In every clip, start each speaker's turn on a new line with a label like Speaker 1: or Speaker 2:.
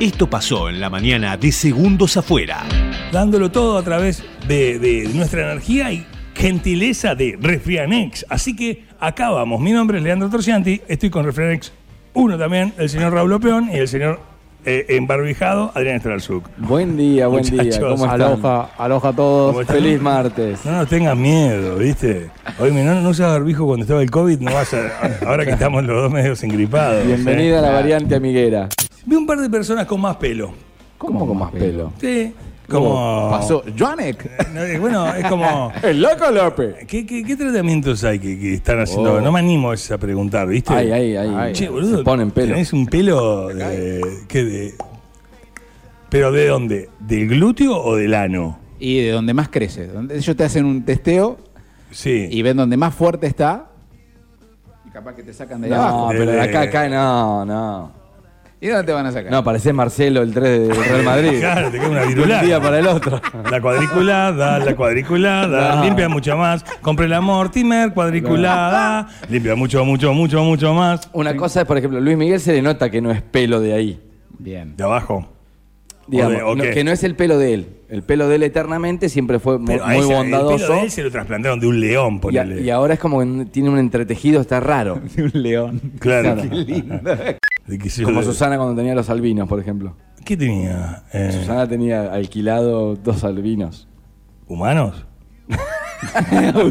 Speaker 1: Esto pasó en la mañana de Segundos Afuera.
Speaker 2: dándolo todo a través de, de nuestra energía y gentileza de Refrianex. Así que acá vamos. Mi nombre es Leandro Torcianti, estoy con Refrianex 1 también, el señor Raúl Opeón y el señor eh, embarbijado Adrián Estralzuk.
Speaker 3: Buen día, buen día.
Speaker 2: Muchachos,
Speaker 3: ¿Cómo están? Aloha, aloha a
Speaker 2: ¿Cómo
Speaker 3: todos.
Speaker 2: están?
Speaker 3: Feliz martes.
Speaker 2: No nos tengas miedo, ¿viste? Oye, no, no usas barbijo cuando estaba el COVID, no vas a, ahora que estamos los dos medios engripados. ¿eh?
Speaker 3: Bienvenida a la variante amiguera.
Speaker 2: Vi un par de personas con más pelo.
Speaker 3: ¿Cómo con más pelo?
Speaker 2: Sí, como...
Speaker 4: Pasó. Joanek.
Speaker 2: No, eh, Bueno, es como...
Speaker 3: ¡El loco López!
Speaker 2: ¿Qué, qué- qué tratamientos hay que, que están haciendo?
Speaker 3: Oh.
Speaker 2: No me animo a veces a preguntar, ¿viste?
Speaker 3: Ay, ay, ay.
Speaker 2: Che, boludo.
Speaker 3: Se ponen pelo.
Speaker 2: ¿Tenés un pelo de, qué de- ¿Pero de dónde? ¿Del glúteo o del ano?
Speaker 4: Y de donde más crece. Donde ellos te hacen un testeo
Speaker 2: Sí.
Speaker 4: y ven donde más fuerte está. Y capaz que te sacan de ahí
Speaker 3: No,
Speaker 4: abajo.
Speaker 3: pero de acá, acá, no, no.
Speaker 4: ¿Y dónde te van a sacar?
Speaker 3: No, parecés Marcelo el 3 del Real Madrid.
Speaker 2: Claro, te queda una
Speaker 3: De un día
Speaker 2: virular.
Speaker 3: para el otro.
Speaker 2: La cuadriculada, la cuadriculada,
Speaker 3: No.
Speaker 2: limpia mucho más. Compré la Mortimer, cuadriculada, limpia mucho, mucho, mucho, mucho más.
Speaker 3: Una cosa es, por ejemplo, Luis Miguel se le nota que no es pelo de ahí.
Speaker 4: Bien.
Speaker 2: De abajo.
Speaker 3: Digamos,
Speaker 2: O de- o
Speaker 3: no-
Speaker 2: qué.
Speaker 3: que no es el pelo de él. El pelo de él eternamente siempre fue mu- muy,
Speaker 2: Pero a ese- El
Speaker 3: bondadoso.
Speaker 2: pelo de él se lo trasplantaron de un león,
Speaker 3: y, a-
Speaker 2: ponele.
Speaker 3: y ahora es como que tiene un entretejido, está raro.
Speaker 4: De un león.
Speaker 2: Claro.
Speaker 3: Claro.
Speaker 2: De que se-
Speaker 3: Como Susana cuando tenía los albinos, por ejemplo.
Speaker 2: ¿Qué tenía? Eh,
Speaker 3: Susana tenía alquilado dos albinos.
Speaker 2: ¿Humanos?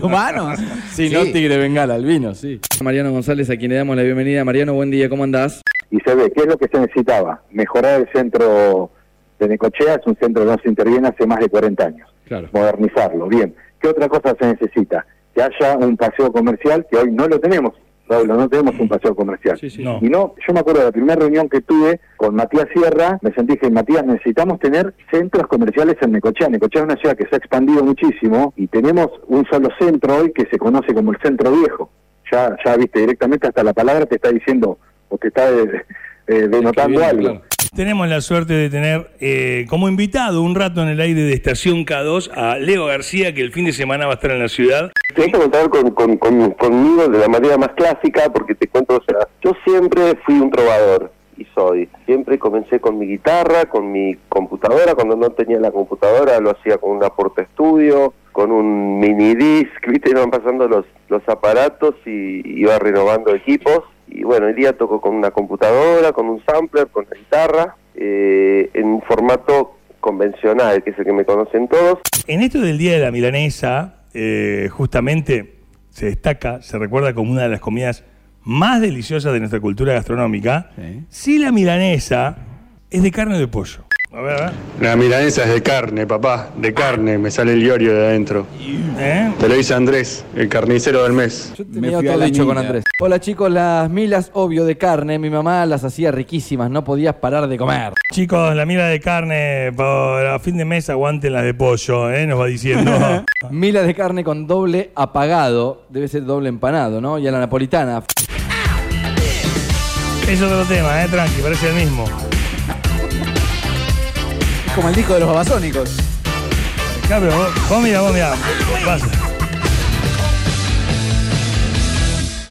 Speaker 4: ¿Humanos?
Speaker 3: Sí, no tigre bengala, albinos, sí. Mariano González, a quien le damos la bienvenida. Mariano, buen día, ¿cómo andás?
Speaker 5: y se ve qué es lo que se necesitaba. Mejorar el centro de Necochea, es un centro que no se interviene hace más de 40 años.
Speaker 3: Claro.
Speaker 5: Modernizarlo, bien. ¿Qué otra cosa se necesita? Que haya un paseo comercial, que hoy no lo tenemos, Raúl, no tenemos un paseo comercial.
Speaker 2: No.
Speaker 5: Y no, yo me acuerdo de la primera reunión que tuve con Matías Sierra, me sentí que Matías, necesitamos tener centros comerciales en Necochea. Necochea es una ciudad que se ha expandido muchísimo y tenemos un solo centro hoy que se conoce como el centro viejo. Ya, ya viste, directamente hasta la palabra te está diciendo o te está eh, eh, denotando algo.
Speaker 2: Tenemos la suerte de tener eh, como invitado un rato en el aire de Estación K2 a Leo García, que el fin de semana va a estar en la ciudad.
Speaker 6: Tenés que contar con, con- con- conmigo de la manera más clásica, porque te cuento, o sea, yo siempre fui un trovador y soy. Siempre comencé con mi guitarra, con mi computadora. Cuando no tenía la computadora, lo hacía con una porta estudio, con un mini disc, ¿viste? Iban pasando los, los aparatos y iba renovando equipos. Y bueno, hoy día toco con una computadora, con un sampler, con la guitarra, eh, en un formato convencional, que es el que me conocen todos.
Speaker 2: En esto del Día de la Milanesa, eh, justamente se destaca, se recuerda como una de las comidas más deliciosas de nuestra cultura gastronómica, si la milanesa es de carne o de pollo. A ver, a ver.
Speaker 7: La milanesa es de carne, papá, de carne, me sale el llorio de adentro.
Speaker 2: ¿Eh?
Speaker 7: Te lo dice Andrés, el carnicero del mes.
Speaker 3: Yo
Speaker 4: Me
Speaker 3: tenía
Speaker 4: fui
Speaker 3: otro
Speaker 4: a la
Speaker 3: dicho con
Speaker 4: mila.
Speaker 3: Andrés. Hola chicos, las milas, obvio, de carne. Mi mamá las hacía riquísimas, no podías parar de comer.
Speaker 2: Chicos, la mira de carne, por, a fin de mes aguanten la de pollo, ¿eh? nos va diciendo.
Speaker 3: Milas de carne con doble apagado, debe ser doble empanado, ¿no? Y a la napolitana.
Speaker 2: es otro tema, ¿eh? tranqui, parece el mismo.
Speaker 4: Como el disco de los babasónicos.
Speaker 2: Claro, pero vos, vos mira, vos mira. Vas.